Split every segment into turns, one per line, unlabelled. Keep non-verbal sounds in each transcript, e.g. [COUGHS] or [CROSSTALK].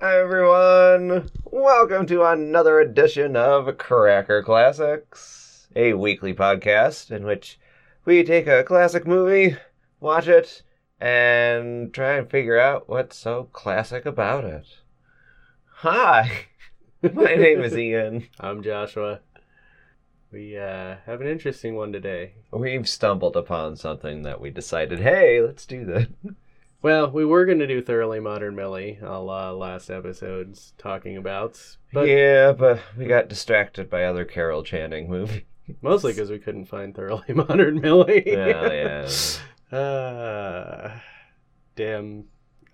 Hi everyone! Welcome to another edition of Cracker Classics, a weekly podcast in which we take a classic movie, watch it, and try and figure out what's so classic about it. Hi! [LAUGHS]
[LAUGHS]
My name is Ian.
I'm Joshua. We uh, have an interesting one today.
We've stumbled upon something that we decided, hey, let's do that.
Well, we were going to do Thoroughly Modern Millie, a la last episode's talking about, but
yeah, but we got distracted by other Carol Channing
[LAUGHS]
movies.
mostly because we couldn't find Thoroughly [LAUGHS] Modern Millie.
Well, yeah.
[LAUGHS] Uh, damn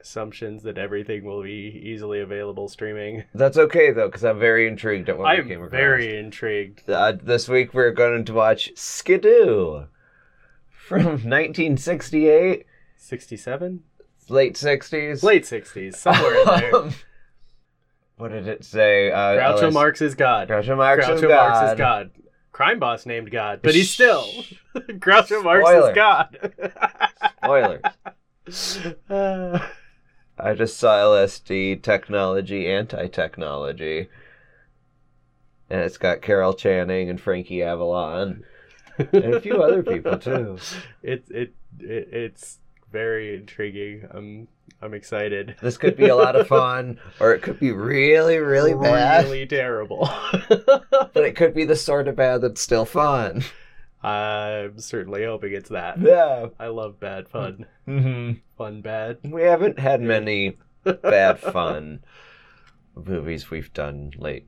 assumptions that everything will be easily available streaming.
[LAUGHS] That's okay though, because I'm very intrigued at what we came
I'm
across.
very intrigued.
Uh, this week we're going to watch Skidoo from [LAUGHS] 1968,
67?
late 60s. [LAUGHS]
Late 60s, somewhere in there.
Um, what did it say? Uh,
Groucho
Ellis-
Marx is God.
Groucho Marx
Groucho
is God.
Marx is God. Crime boss named God, but he's still Groucho Marx
Spoiler.
is God.
Spoilers.
Uh,
I just saw LSD technology, anti technology. And it's got Carol Channing and Frankie Avalon [LAUGHS] and a few other people too.
It, it it it's very intriguing. I'm I'm excited.
This could be a lot of fun, or it could be really, really bad.
Really terrible. [LAUGHS]
But it could be the sort of bad that's still fun.
I'm certainly hoping it's that.
Yeah.
I love bad fun.
hmm
Fun bad.
We haven't had many bad fun movies we've done late.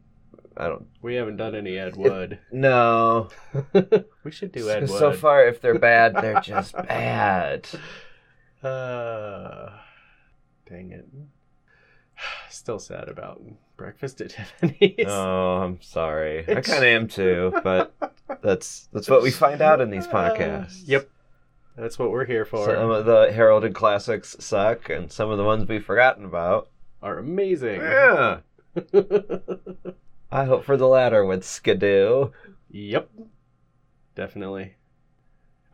I don't.
We haven't done any Ed Wood.
No.
we should do Ed Wood.
So far, if they're bad,
[LAUGHS]
they're just bad.
Uh, dang it. [SIGHS] Still sad about breakfast at [LAUGHS] Tiffany's.
Oh, I'm sorry. I
It's-
kind of am too, but that's that's what we find out in these podcasts. um,
Uh, yep. That's what we're here for.
Some of the heralded classics suck, and some of the ones we've forgotten about.
Are amazing.
Yeah. I hope for the latter with Skidoo.
[LAUGHS] Yep. Definitely.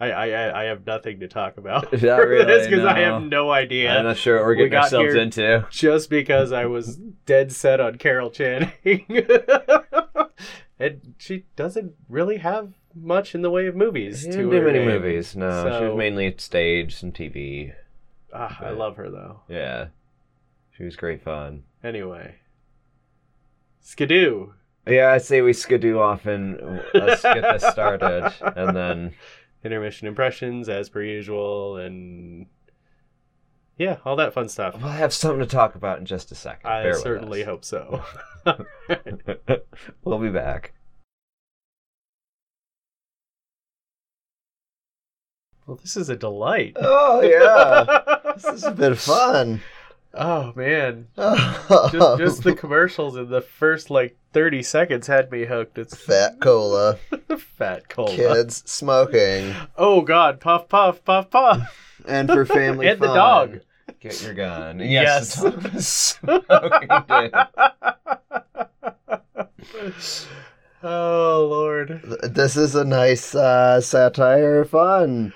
I, I I- I have nothing to talk
[LAUGHS]
about
Not
for this
really,
because I have
no.
no idea.
I'm not sure what we're
We
getting
got
ourselves
here-
into.
Just because
[LAUGHS]
I was dead set on Carol Channing, [LAUGHS] and she doesn't really have much in the way of movies.
She
to
didn't do
her
many
name.
movies. No, she
So-
was mainly stage and TV.
Ah, I
but-
love her though.
Yeah, she was great fun.
Anyway, Skidoo.
Yeah, I say we skidoo off and let's get this
[LAUGHS]
started, and then
intermission impressions as per usual and yeah all that fun stuff
we'll have something to talk about in just a second.
i
Bear with
certainly
us.
[LAUGHS]
hope so
[LAUGHS] we'll be back.
well this is a
[LAUGHS]
delight
Oh yeah,
Uh,
this is a bit of fun.
oh man
Oh,
[LAUGHS]
[LAUGHS]
just, just the commercials in the first like 30 seconds had me hooked it's [LAUGHS]
fat cola,
fat cola
kids smoking,
[LAUGHS] oh god puff puff puff puff
and
[LAUGHS]
for family
And the
fun.
dog.
Get your
[LAUGHS]
gun.
Yes.
Yes. the dog is smoking, dude.
oh lord
this is a nice uh, satire of fun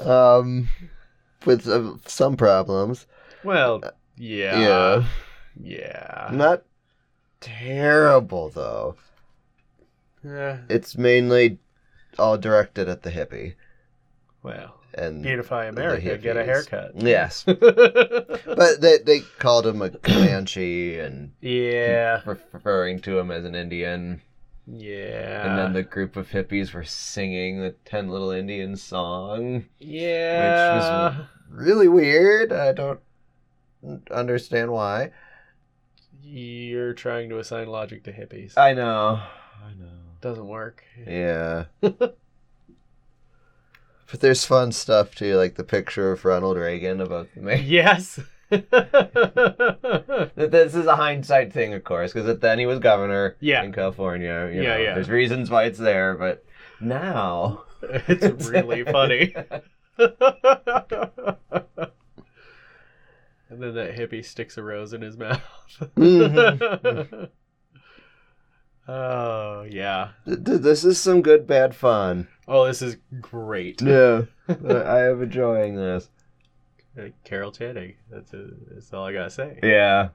um with uh, some problems
well yeah
Uh, Yeah.
yeah
not terrible though
Eh,
it's mainly all directed at the hippie
well
and
beautify
the
America, get a
hippies.
haircut. [LAUGHS]
yes but they, they called him a comanche and
yeah,
re- referring to him as an Indian.
yeah,
and then the group of hippies were singing the Ten Little Indians song.
yeah,
which
really weird i don't understand why
you're trying to assign logic to hippies.
I know. I know.
Doesn't work.
yeah [LAUGHS] but there's fun stuff too like the picture of ronald reagan above the [LAUGHS] main
[LAUGHS] yes. [LAUGHS]
Th- This is a hindsight thing, of course, because then he was governor
Yeah.
in California. you
Yeah,
know,
yeah.
There's reasons why it's there, but now.
[LAUGHS] it's
[LAUGHS]
[LAUGHS]
really funny. and then that hippie sticks a rose in his mouth. [LAUGHS]
Mhm.
oh yeah.
Th- th- This is some good bad fun.
Oh, this is great.
[LAUGHS] Yeah,
I am enjoying this.
Uh, Carol Channing. That's, a, that's uh, all I gotta say.
Yeah.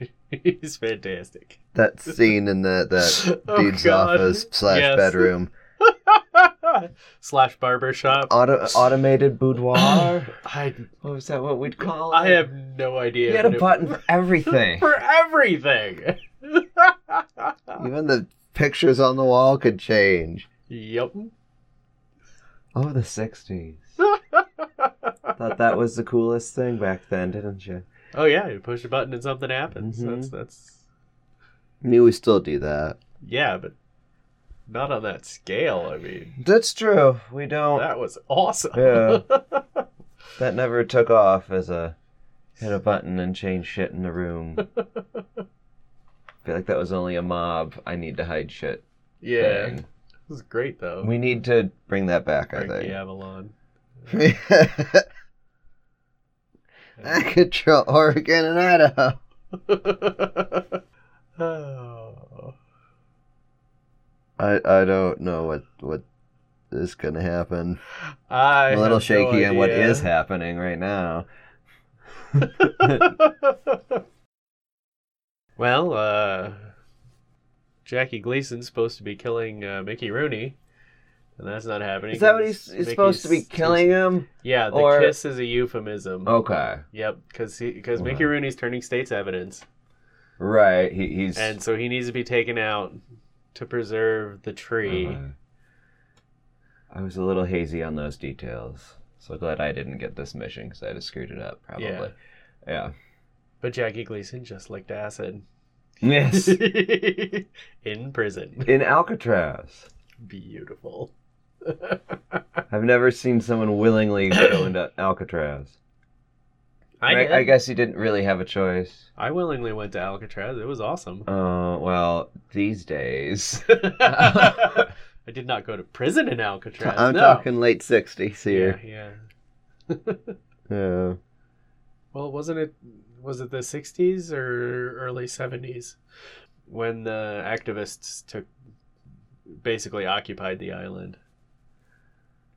[LAUGHS] He's fantastic.
That scene in the that
[LAUGHS] Oh,
dude's
God.
office slash
Yes.
bedroom.
[LAUGHS] slash barber shop.
Uh,
Auto- automated boudoir.
I
What was that? What we'd call?
I
it?
have no idea.
You had a
No-
button for everything.
[LAUGHS] for everything. [LAUGHS]
Even the pictures on the wall could change.
yep.
oh, the
[LAUGHS]
'60s. Thought that was the coolest thing back then, didn't you?
Oh yeah, you push a button and something happens.
Mhm.
That's that's
I mean, we still do that.
yeah, but not on that scale. I mean,
That's true. We don't.
that was awesome.
Yeah. That never took off as a hit a button and change shit in the room.
[LAUGHS]
I feel like that was only a mob. I need to hide shit.
[LAUGHS] yeah.
thing.
It was great though.
We need to bring that back. I
Frankie
think.
Avalon. [LAUGHS]
I control Oregon and Idaho.
oh.
I I don't know what what is gonna happen.
I
I'm a little
have no
shaky on what
idea.
is happening right now.
[LAUGHS] well, uh, Jackie Gleason's supposed to be killing uh, Mickey Rooney, and that's not happening.
Is that what he's,
'cause
he's supposed to be
Mickey's-
killing him?
Yeah, the
or-
kiss is a euphemism.
Okay.
Yep, because because
Wow.
Mickey Rooney's turning state's evidence,
Right. He, he's.
and so he needs to be taken out to preserve the tree.
Okay. I was a little hazy on those details. So glad I didn't get this mission because I'd have screwed it up probably.
Yeah.
yeah.
But Jackie Gleason just licked acid [LAUGHS]
Yes.
in prison.
In Alcatraz.
Beautiful.
I've never seen someone willingly go
[COUGHS]
into Alcatraz.
I,
I,
did.
I guess he didn't really have a choice.
I willingly went to Alcatraz. It was awesome.
Uh, well, these days.
I did not go to prison in
[LAUGHS]
Alcatraz.
I'm
no.
talking late sixties
Yeah,
here.
yeah.
Yeah.
Well, wasn't it? Was it the '60s or early '70s when the activists took, basically occupied the island?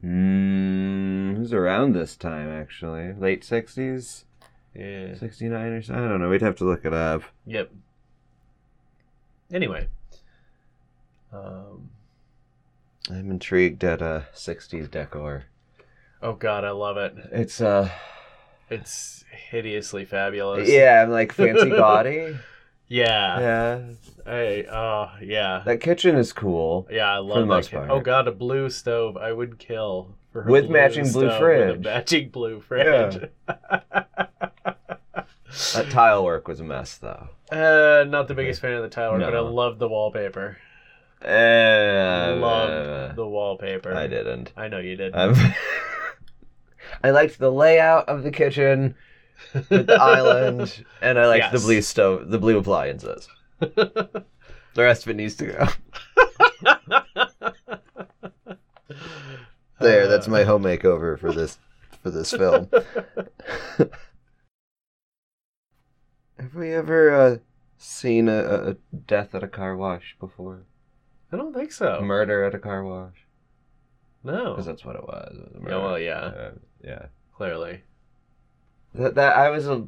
Mm, it was around this time, actually. Late 60s?
Yeah.
69 or so? I don't know. We'd have to look it up.
Yep. Anyway. Um.
I'm intrigued at uh, 60s decor.
Oh God, I love it.
It's, uh,
It's hideously fabulous.
yeah, I'm
[LAUGHS]
like fancy gaudy.
Yeah.
Yeah.
Hey. Oh, yeah.
That kitchen is cool.
Yeah, I love
the
that
most
kid.
part.
Oh god, a blue stove I would kill for a
With matching blue
stove with a
fridge. [LAUGHS]
matching blue fridge.
That tile work was a mess, though.
uh, not the biggest fan of the tower, but I
No.
love the wallpaper.
Uh,
Loved the wallpaper.
I didn't.
I know you [LAUGHS] did.
Um, [LAUGHS] I liked the layout of the kitchen, with the island, and I liked the
Yes.
blue stove, the blue appliances. the rest of it needs to go.
There, that's my home makeover for this for this film. Have we ever uh, seen a, a a-
Death at a car wash before.
I don't think so.
Murder at a car wash.
no.
Because that's what it was. it was a
Oh. Yeah, well,
murder.
yeah,
Uh, yeah.
clearly.
That, that I was uh,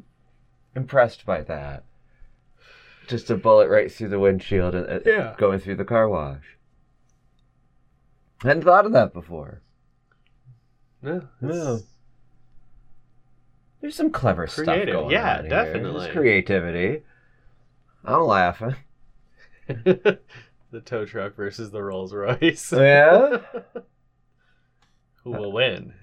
impressed by that. Just a bullet right through the windshield and uh,
Yeah.
going through the car wash. Hadn't thought of that before.
No.
No. There's some clever
Creative,
stuff going
yeah,
on here.
definitely.
There's creativity. I'm laughing.
[LAUGHS] it's- [LAUGHS] the tow truck versus the
[LAUGHS]
Rolls Royce.
Oh, Yeah.
Who will win?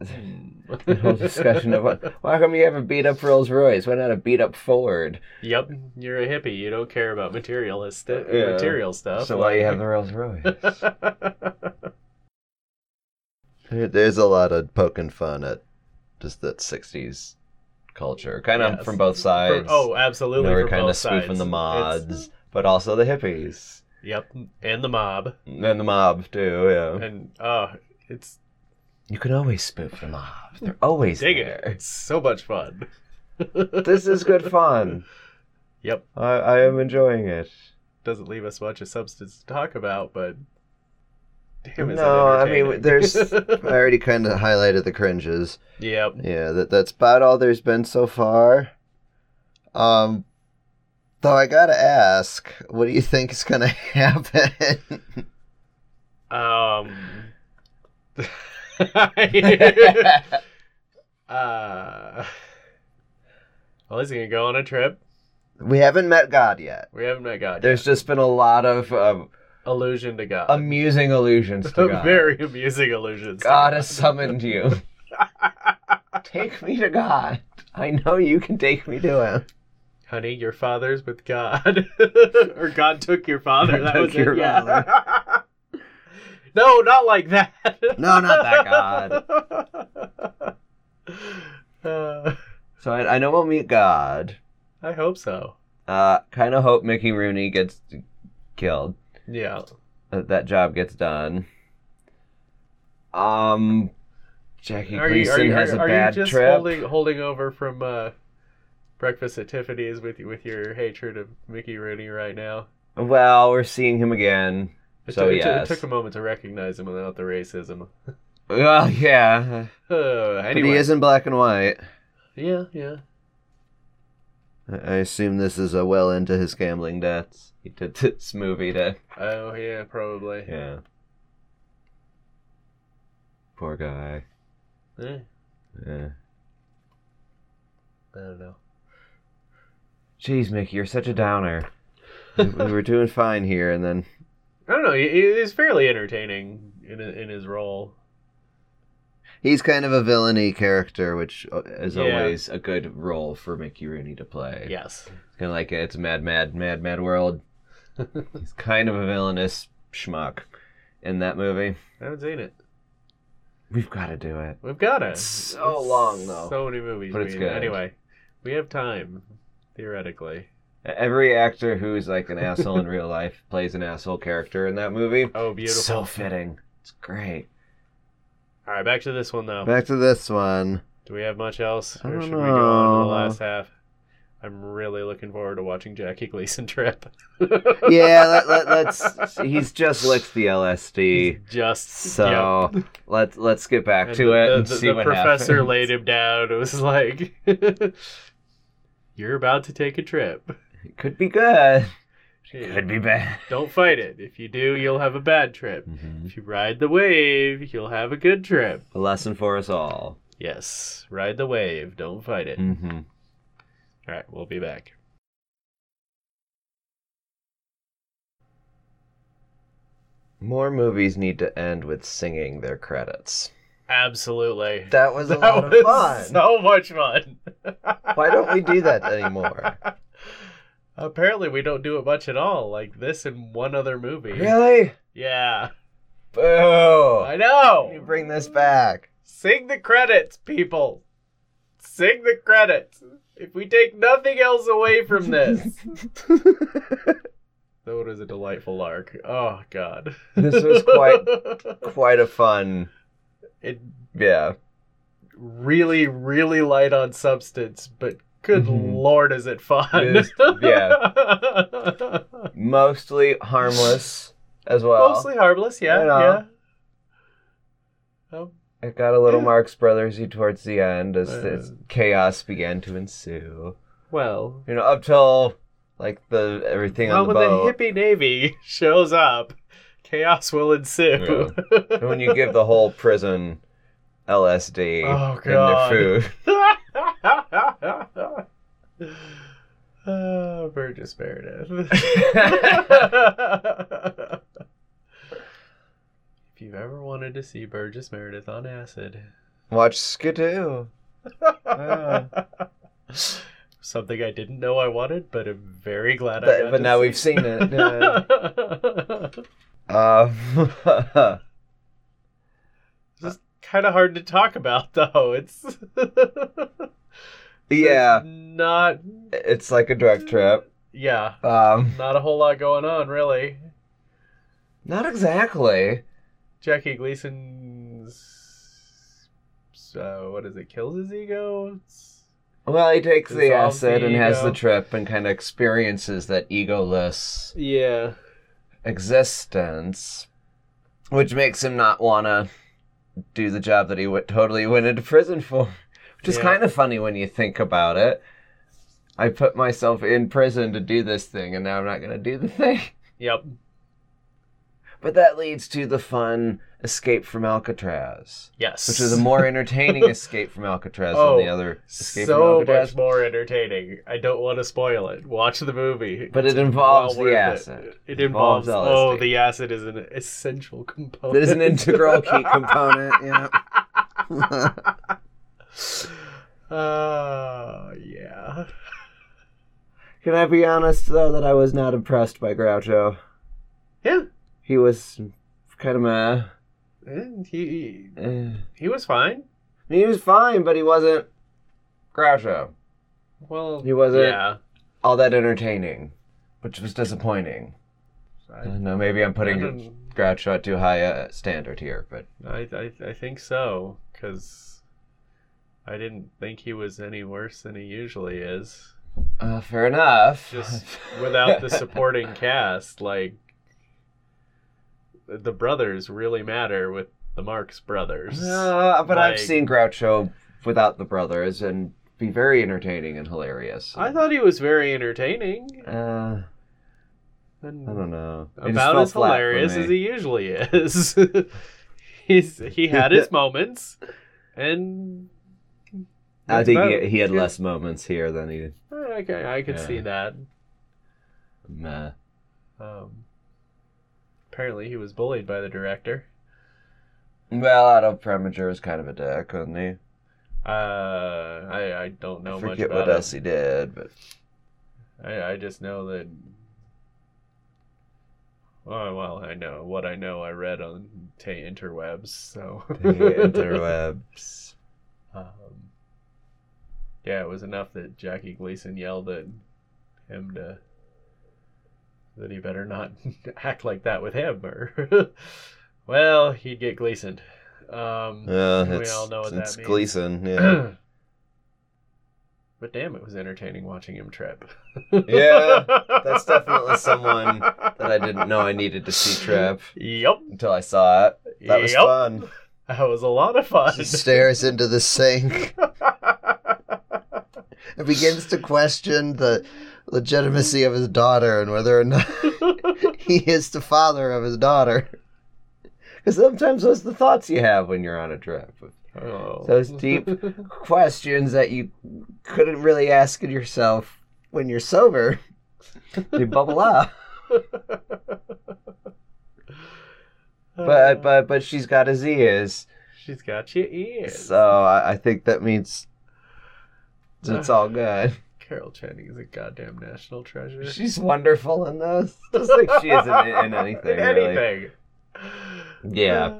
The whole
[LAUGHS]
discussion of what, why come you have a beat up Rolls Royce? Why not a beat up Ford?
Yep, you're a hippie. You don't care about materialist
Yeah.
material stuff.
so why you have the Rolls Royce?
[LAUGHS]
there- There's a lot of poking fun at
Just that '60s culture, kind of
Yes.
from both
For-
sides. You
oh,
know,
absolutely.
we're
for
kind
both
of spoofing
sides.
the mods,
It's-
but also the hippies
yep, and the mob,
and the mob too. Yeah,
and uh, it's
you can always spoof the mob. They're always
dig it.
there.
It's so much fun.
This is good
[LAUGHS]
fun.
Yep,
I, I am enjoying it.
doesn't leave us much of substance to talk about, but damn, is it
No, I mean,
entertaining. [LAUGHS]
there's- I already kind of highlighted the cringes.
yep.
Yeah, that that's about all there's been so far. Um, though I gotta ask, what do you think is
[LAUGHS]
gonna happen?
Um. [LAUGHS] uh, well, he's gonna go on a trip.
we haven't met God yet.
We haven't met God.
There's just been a lot of um,
yet. allusion to God.
amusing allusions
[LAUGHS]
to God.
Very amusing allusions. to
God has summoned you. take me to God. I know you can take me to Him.
Honey, your father's
[LAUGHS]
with God, or God took your father.
God
that
took
was
your
it. Yeah. [LAUGHS] no, not like that.
No, not that God.
Uh,
So I, I know we'll meet God.
[LAUGHS] I hope so.
Uh, kind of hope Mickey Rooney gets killed.
Yeah.
That that job gets done. Um, Jackie Gleason has a
are you
bad
just
trip.
holding holding over from uh, breakfast at Tiffany's with with your hatred of Mickey Rooney right now?
Well, we're seeing him again.
It
So,
took, it took-
yes.
it took a moment to recognize him without the racism. [SIGHS]
Well, yeah.
Uh,
But
anyway,
he is in black and white.
yeah, yeah.
I I assume this is a well into his gambling debts.
He did [LAUGHS] this movie to.
Oh yeah, probably.
Yeah. Poor guy.
Eh,
Yeah.
I don't know.
Jeez, Mickey, you're such a
[LAUGHS]
downer.
we were doing fine here, and then
I don't know. He, he- he's fairly entertaining in in his role.
he's kind of a villainy character, which uh,
As
Yeah.
always, a good role for Mickey Rooney to play.
Yes.
Kind of like it's Mad, Mad, Mad, Mad World.
[LAUGHS]
He's kind of a villainous schmuck in that movie.
I haven't seen it.
We've got to do it.
We've got it.
It's so long, though.
So many movies.
But
we-
it's good.
Anyway, we have time theoretically.
E-, Every actor who's like an asshole in real life plays an asshole character in that movie.
Oh, beautiful.
So fitting. It's great.
All right, back to this one though.
back to this one.
Do we have much else,
I
or
don't
should we go on to the
know.
last half? I'm really looking forward to watching Jackie Gleason [LAUGHS] trip.
Yeah, let, let, let's.
Let's. He's just licked the LSD.
Just yeah.
So let's let's get back
And
to
the-
it
the-
and
the-
see
the
what
professor
happens.
laid him down. It was like, [LAUGHS] you're about to take a trip.
It could be good. Could be bad.
Don't fight it. If you do, you'll have a bad trip. If you ride the wave, you'll have a good trip.
A lesson for us all.
Yes, ride the wave. Don't fight it.
Mm-hmm.
All right, we'll be back.
More movies need to end with singing their credits.
Absolutely.
That was a lot
was
of fun.
[LAUGHS] so much fun.
Why don't we do that
[LAUGHS]
anymore?
Apparently, we don't do it much at all. Like this and one other movie.
Really?
Yeah.
Boo!
I know.
You bring this back.
Sing the credits, people. Sing the credits. If we take nothing else away from [LAUGHS] this, though it is a delightful lark. Oh God.
This was
[LAUGHS]
quite quite a fun.
it
Yeah.
really, really light on substance, but good
Mhm.
lord, is Mm-hmm. it fun?
Yes,
[LAUGHS]
Mostly harmless as well.
Mostly harmless, yeah,
I know.
yeah. Um,
It got a little
Yeah.
Marx Brothersy towards the end as,
Uh.
as chaos began to ensue.
well,
You know, up till like the everything
well,
on the
when the
boat.
hippie navy shows up, chaos will ensue.
And when
[LAUGHS]
you give the whole prison LSD
Oh,
in their
God. [LAUGHS]
food.
oh, Burgess Meredith. [LAUGHS] if you've ever wanted to see Burgess Meredith on acid,
Watch
[LAUGHS]
Skidoo. Yeah.
something I didn't know I wanted, but I'm very glad I
But,
got
but
to
now
see.
we've seen
[LAUGHS]
it. yeah. [LAUGHS] Um,
It's kind of hard to talk about, though. It's [LAUGHS]
yeah,
There's not
it's like a drug trip.
yeah,
Um,
not a whole lot going on really.
not exactly.
Jackie Gleason's so uh, what is it? Kills his ego. It's-
Well, he takes the
Dissolves the
acid and has the
ego.
trip and kind of experiences that egoless
Yeah,
existence, which makes him not want to do the job that he w- totally went into prison for. Which is
Yeah.
kind of funny when you think about it. I put myself in prison to do this thing, and now I'm not going to do the thing. [LAUGHS]
Yep.
But that leads to the fun escape from Alcatraz,
Yes.
which is a more
[LAUGHS]
entertaining escape from Alcatraz
Oh,
than the other escape from
so
Alcatraz.
much more entertaining. I don't want to spoil it. Watch the movie.
But it
It's
involves
well
the
worth
acid.
It, it involves.
Involves
oh,
LSD.
the acid is an essential component.
There's an integral key component. Yeah.
yeah.
[LAUGHS] Uh, yeah.
[LAUGHS] Can I be honest though that I was not impressed by Groucho?
Yeah.
He was kind of meh.
And he
Eh.
he was fine.
He was fine, but he wasn't Groucho.
Well,
He wasn't-
Yeah.
All that entertaining, which was disappointing. I don't know. Maybe I'm
I
putting
don't-
Groucho at too high a standard here, but
I, I, I think so, because I didn't think he was any worse than he usually is.
uh, fair enough. [LAUGHS]
Just without the supporting cast, like, the brothers really matter with the Marx brothers.
Uh, but I've
Like-
seen Groucho without the brothers and be very entertaining and hilarious.
I thought he was very entertaining.
Uh,
And
I don't know. It just
about
fell
as
flat for
hilarious
me.
as he usually is. [LAUGHS] He's, he had
[LAUGHS]
his moments, and
I
that's
think
about
he, he had
it.
less moments here than he did.
I can, I can
Yeah.
see that.
Nah.
Um, apparently, he was bullied by the director.
Well, Otto Preminger was kind of a dick, wasn't he?
Uh, I I don't know
I
much
forget
about
what else
it.
he did,
[LAUGHS]
but
I I just know that. Oh well, I know what I know. I read on ta interwebs, so
the interwebs.
[LAUGHS] Um, yeah, it was enough that Jackie Gleason yelled at him to that he better not [LAUGHS] act like that with him, or [LAUGHS] well, he'd get Gleason. Um,
Uh,
We
it's,
all know what that
it's
means.
Gleason,
[COUGHS]
yeah.
[CLEARS THROAT] but damn, it was entertaining watching him trip.
Yeah,
[LAUGHS]
that's definitely someone that
that
I didn't know I needed to see Trip
Yep,
until I saw it. That was
yep. [LAUGHS]
fun.
That was a lot of fun.
She
[LAUGHS]
stares into the sink and begins to question the legitimacy of his daughter and whether or
[LAUGHS]
not he is the father of his daughter.
Because sometimes those are the thoughts you have when you're on a trip.
Oh.
Those
[LAUGHS]
deep questions that you couldn't really ask yourself.
When you're
[LAUGHS]
sober,
They bubble up. But but but she's got his ears.
she's got your ears.
So I, I think that means it's all
[LAUGHS]
good.
Carol Channing is a goddamn national treasure.
She's wonderful in this. Just like she is in,
[LAUGHS]
in anything. Really.
anything.
Yeah,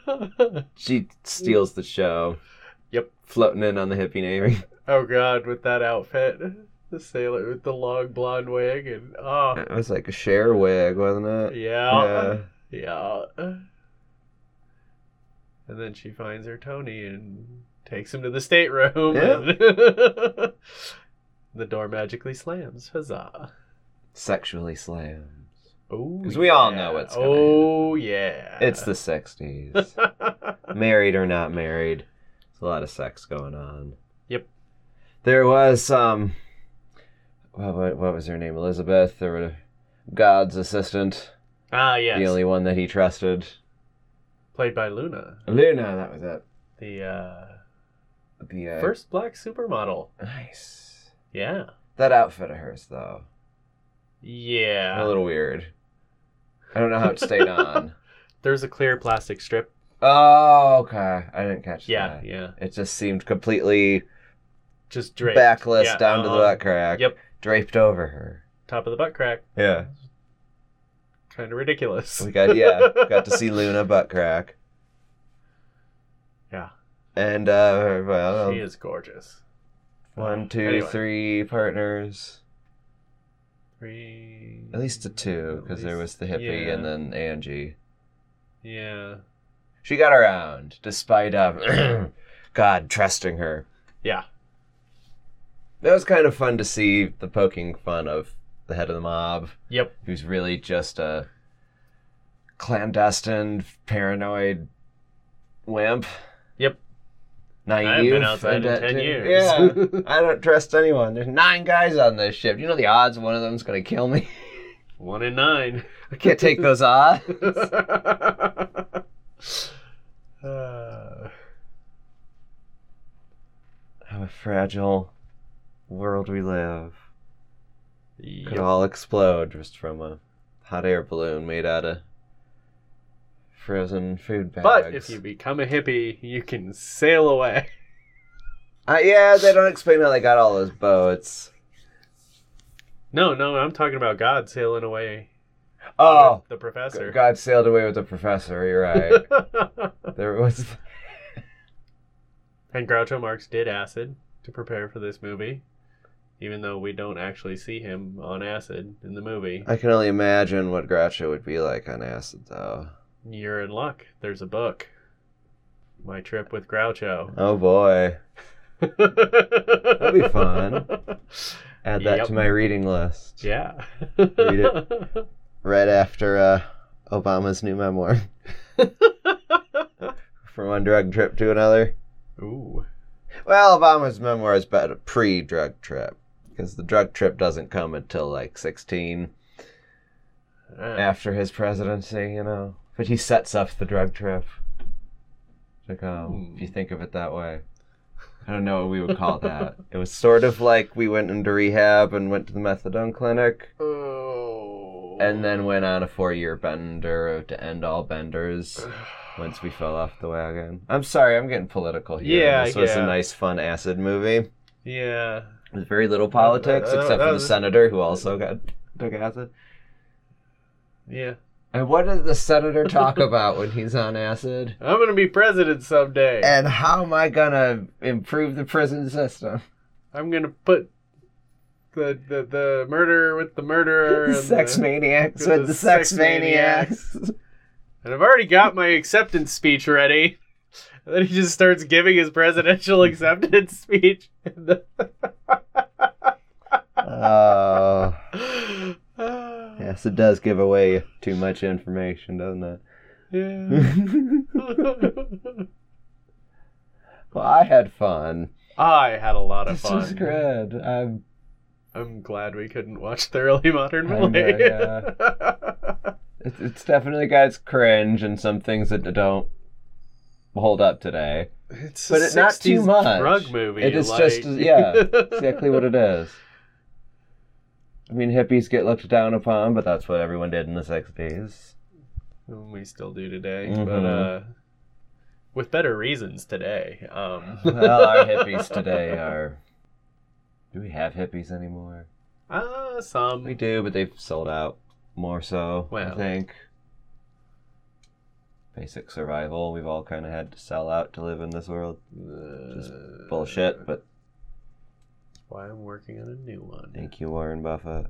[LAUGHS]
she steals the show.
Yep.
Floating in on the hippie navy.
oh god, with that outfit, the sailor with the long blonde wig, and oh
It was like a share wig, wasn't it?
yeah, yeah. And then she finds her Tony and takes him to the stateroom.
Yeah.
and- [LAUGHS] the door magically slams. Huzzah!
Sexually slammed.
Oh,
'Cause we all know what's gonna
Oh yeah, [LAUGHS]
It's the sixties. married or not married. There's a lot of sex going on.
Yep.
There was um what, what, what was her name? Elizabeth, there were God's assistant.
ah yes,
The only one that he trusted.
played by Luna,
Luna, that was it.
the uh,
The uh,
first black supermodel.
nice.
Yeah,
That outfit of hers though.
yeah.
A little weird. I don't know
[LAUGHS]
how it stayed on.
There's a clear plastic strip.
Oh, okay. I didn't catch
Yeah,
that.
yeah.
It just seemed completely
Just draped.
backless
Yeah,
down to the
uh-huh.
butt crack.
Yep.
Draped over her.
Top of the butt crack.
Yeah.
Kind of ridiculous.
We got yeah, got to see Luna butt crack.
Yeah.
And uh well
she is gorgeous.
one, two, three
Anyway.
partners.
Three.
At least a two,
at
because there was
least-
the hippie
yeah,
and then Angie.
yeah,
She got around, despite uh, [CLEARS THROAT] God trusting her.
yeah.
That was kind of fun to see the poking fun of the head of the mob,
Yep.
who's really just a clandestine, paranoid wimp.
Yep.
Naive.
I haven't been outside in
that
ten
too.
years. [LAUGHS]
Yeah. [LAUGHS] I don't trust anyone. There's nine guys on this ship. You know the odds one of them's gonna kill me. [LAUGHS]
One in nine. [LAUGHS]
I can't take those odds.
Uh,
How a fragile world we live. Could
yep.
all explode just from a hot air balloon made out of frozen food bags.
But if you become a hippie, you can sail away. [LAUGHS]
Uh, yeah, they don't explain how they got all those boats.
No, no, I'm talking about God sailing away.
Oh,
with the professor.
God sailed away with the professor. You're
[LAUGHS]
right. there was.
and Groucho Marx did acid to prepare for this movie, even though we don't actually see him on acid in the movie.
I can only imagine what Groucho would be like on acid, though.
You're in luck. There's a book. My trip with Groucho.
Oh boy,
That'd
be fun. add that
Yep.
to my reading list.
[LAUGHS] Yeah.
Read Right after uh, Obama's new memoir, from one drug trip to another.
[LAUGHS] Ooh.
Well, Obama's memoir is about a pre-drug trip because the drug trip doesn't come until like 16
Uh,
after his presidency, you know. But he sets up the drug trip to come. If you
Hmm.
think of it that way, I don't know what we would call that. it was sort of like we went into rehab and went to the methadone clinic.
Ah. Oh.
and then went on a four-year bender to end all benders once we fell off the wagon. I'm sorry, I'm getting political here.
Yeah,
this was
yeah.
a nice, fun acid movie.
Yeah.
There's very little politics
Uh, uh,
except
uh,
for the senator who also got took acid.
Yeah.
And what does the senator talk about when he's on acid?
I'm going to be president someday.
And how am I gonna improve the prison system?
I'm gonna put the the, the murderer with the murderer and
[LAUGHS] sex
the,
maniacs
the
with the sex,
sex
maniacs. [LAUGHS]
and I've already got my acceptance speech ready. And then he just starts giving his presidential acceptance speech.
oh,
yeah.
yes, it does give away too much information, doesn't it?
[SIGHS]
[LAUGHS] well, I had fun.
I had a lot of
This
fun.
was good. Um, I'm,
I'm glad we couldn't watch Thoroughly Modern
I know,
Millie. [LAUGHS]
it's, it's definitely got its cringe and some things that don't hold up today.
it's
But
a
it- not too
60s
much.
drug movie.
It is
like-
just-
[LAUGHS]
yeah, Exactly what it is. I mean, hippies get looked down upon, but that's what everyone did in the 60s.
whom we still do today, but uh,
Mhm.
with better reasons today. Um,
Well, our hippies
[LAUGHS]
today are. Do we have hippies anymore?
uh, some.
We do, but they've sold out more so, I
Well.
think. Basic survival. We've all kind of had to sell out to live in this world. Just
Uh,
Bullshit, but
that's Why I'm working on a new one.
thank you, Warren Buffett.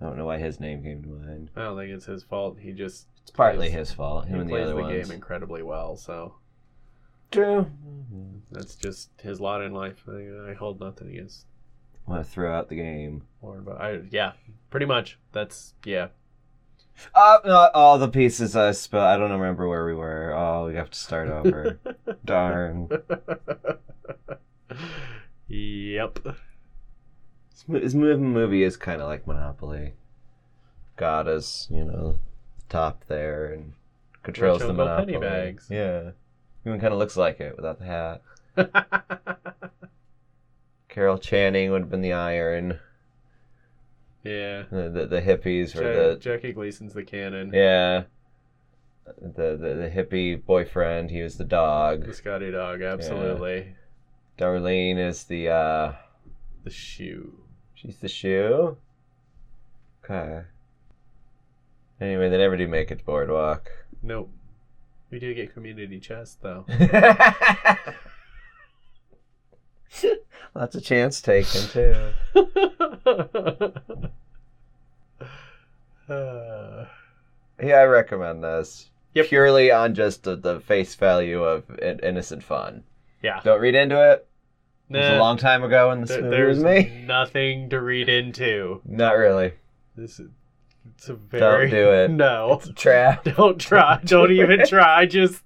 I don't know why his name came to mind.
I don't think it's his fault. He just
It's partly
plays-
his fault. Him
he
and the
plays
other
the,
ones.
game incredibly well, so
True.
that's just his lot in life. I, I hold nothing against
Want to throw out the game?
Warren, but I yeah, pretty much. That's yeah. [LAUGHS]
Uh, no, all the pieces I spell. I don't remember where we were. Oh, we have to start
[LAUGHS]
over. Darn.
yep.
This mo- This mov- movie is kind of like Monopoly. God is, you know, top there and controls the
Rachel Gold
monopoly.
Pennybags.
Yeah, even kind of looks like it without the hat. Carol Channing would have been the iron.
[LAUGHS] yeah.
The the, the hippies were
Ja-
the
Jackie Gleason's the cannon.
yeah. The, the the hippie boyfriend. He was the dog.
The Scotty dog, absolutely.
Darlene is the uh,
The shoe.
she's the shoe. Okay. Anyway, they never do make it to boardwalk.
Nope. We do get community chest though.
[LAUGHS] Lots of chance taken too.
Uh,
Yeah, I recommend this.
Yep.
Purely on just the, the face value of in- innocent fun.
[LAUGHS] yeah.
Don't read into it. It was a
Nah,
long time ago when this
there-
movie
there's
was made.
[LAUGHS] nothing to read into.
Not really.
This is it's a very [LAUGHS]
do it.
No. [LAUGHS]
It's a trap.
Don't try. Don't even try. Just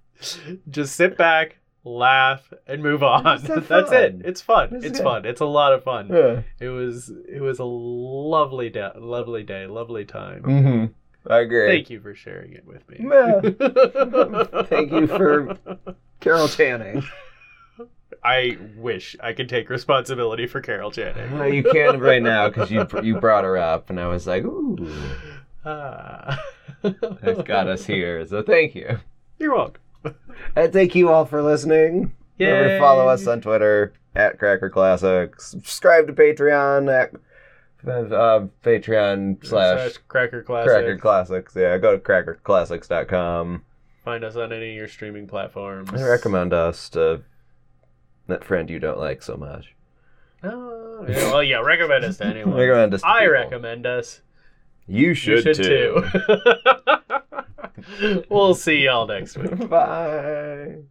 just sit back, laugh, and move on.
It's so
[LAUGHS] That's it.
fun.
It's fun.
That's
It's
it.
fun. It's a lot of fun.
Yeah.
It was it was a lovely day, lovely day, lovely time.
hmm I agree.
Thank you for sharing it with me. [LAUGHS]
Yeah. Thank you for- Carol Channing.
I wish I could take responsibility for Carol Channing.
Well, [LAUGHS] you can't right now because you you brought her up, and I was like, ooh,
Ah.
that got
[LAUGHS]
us here. So thank you,
You're welcome.
and thank you all for listening. Remember to follow us on Twitter at Cracker Classics. Subscribe to Patreon at uh, Patreon slash
Cracker Classic.
Cracker Classics. Yeah, go to crackerclassics.com.
Find us on any of your streaming platforms.
I recommend us to that friend you don't like so much.
Oh, yeah, well, yeah,
[LAUGHS]
recommend us to anyone.
Recommend us. to
I
people.
recommend us.
You
You
should, too.
[LAUGHS] too. we'll see y'all next
[LAUGHS]
week.
Bye.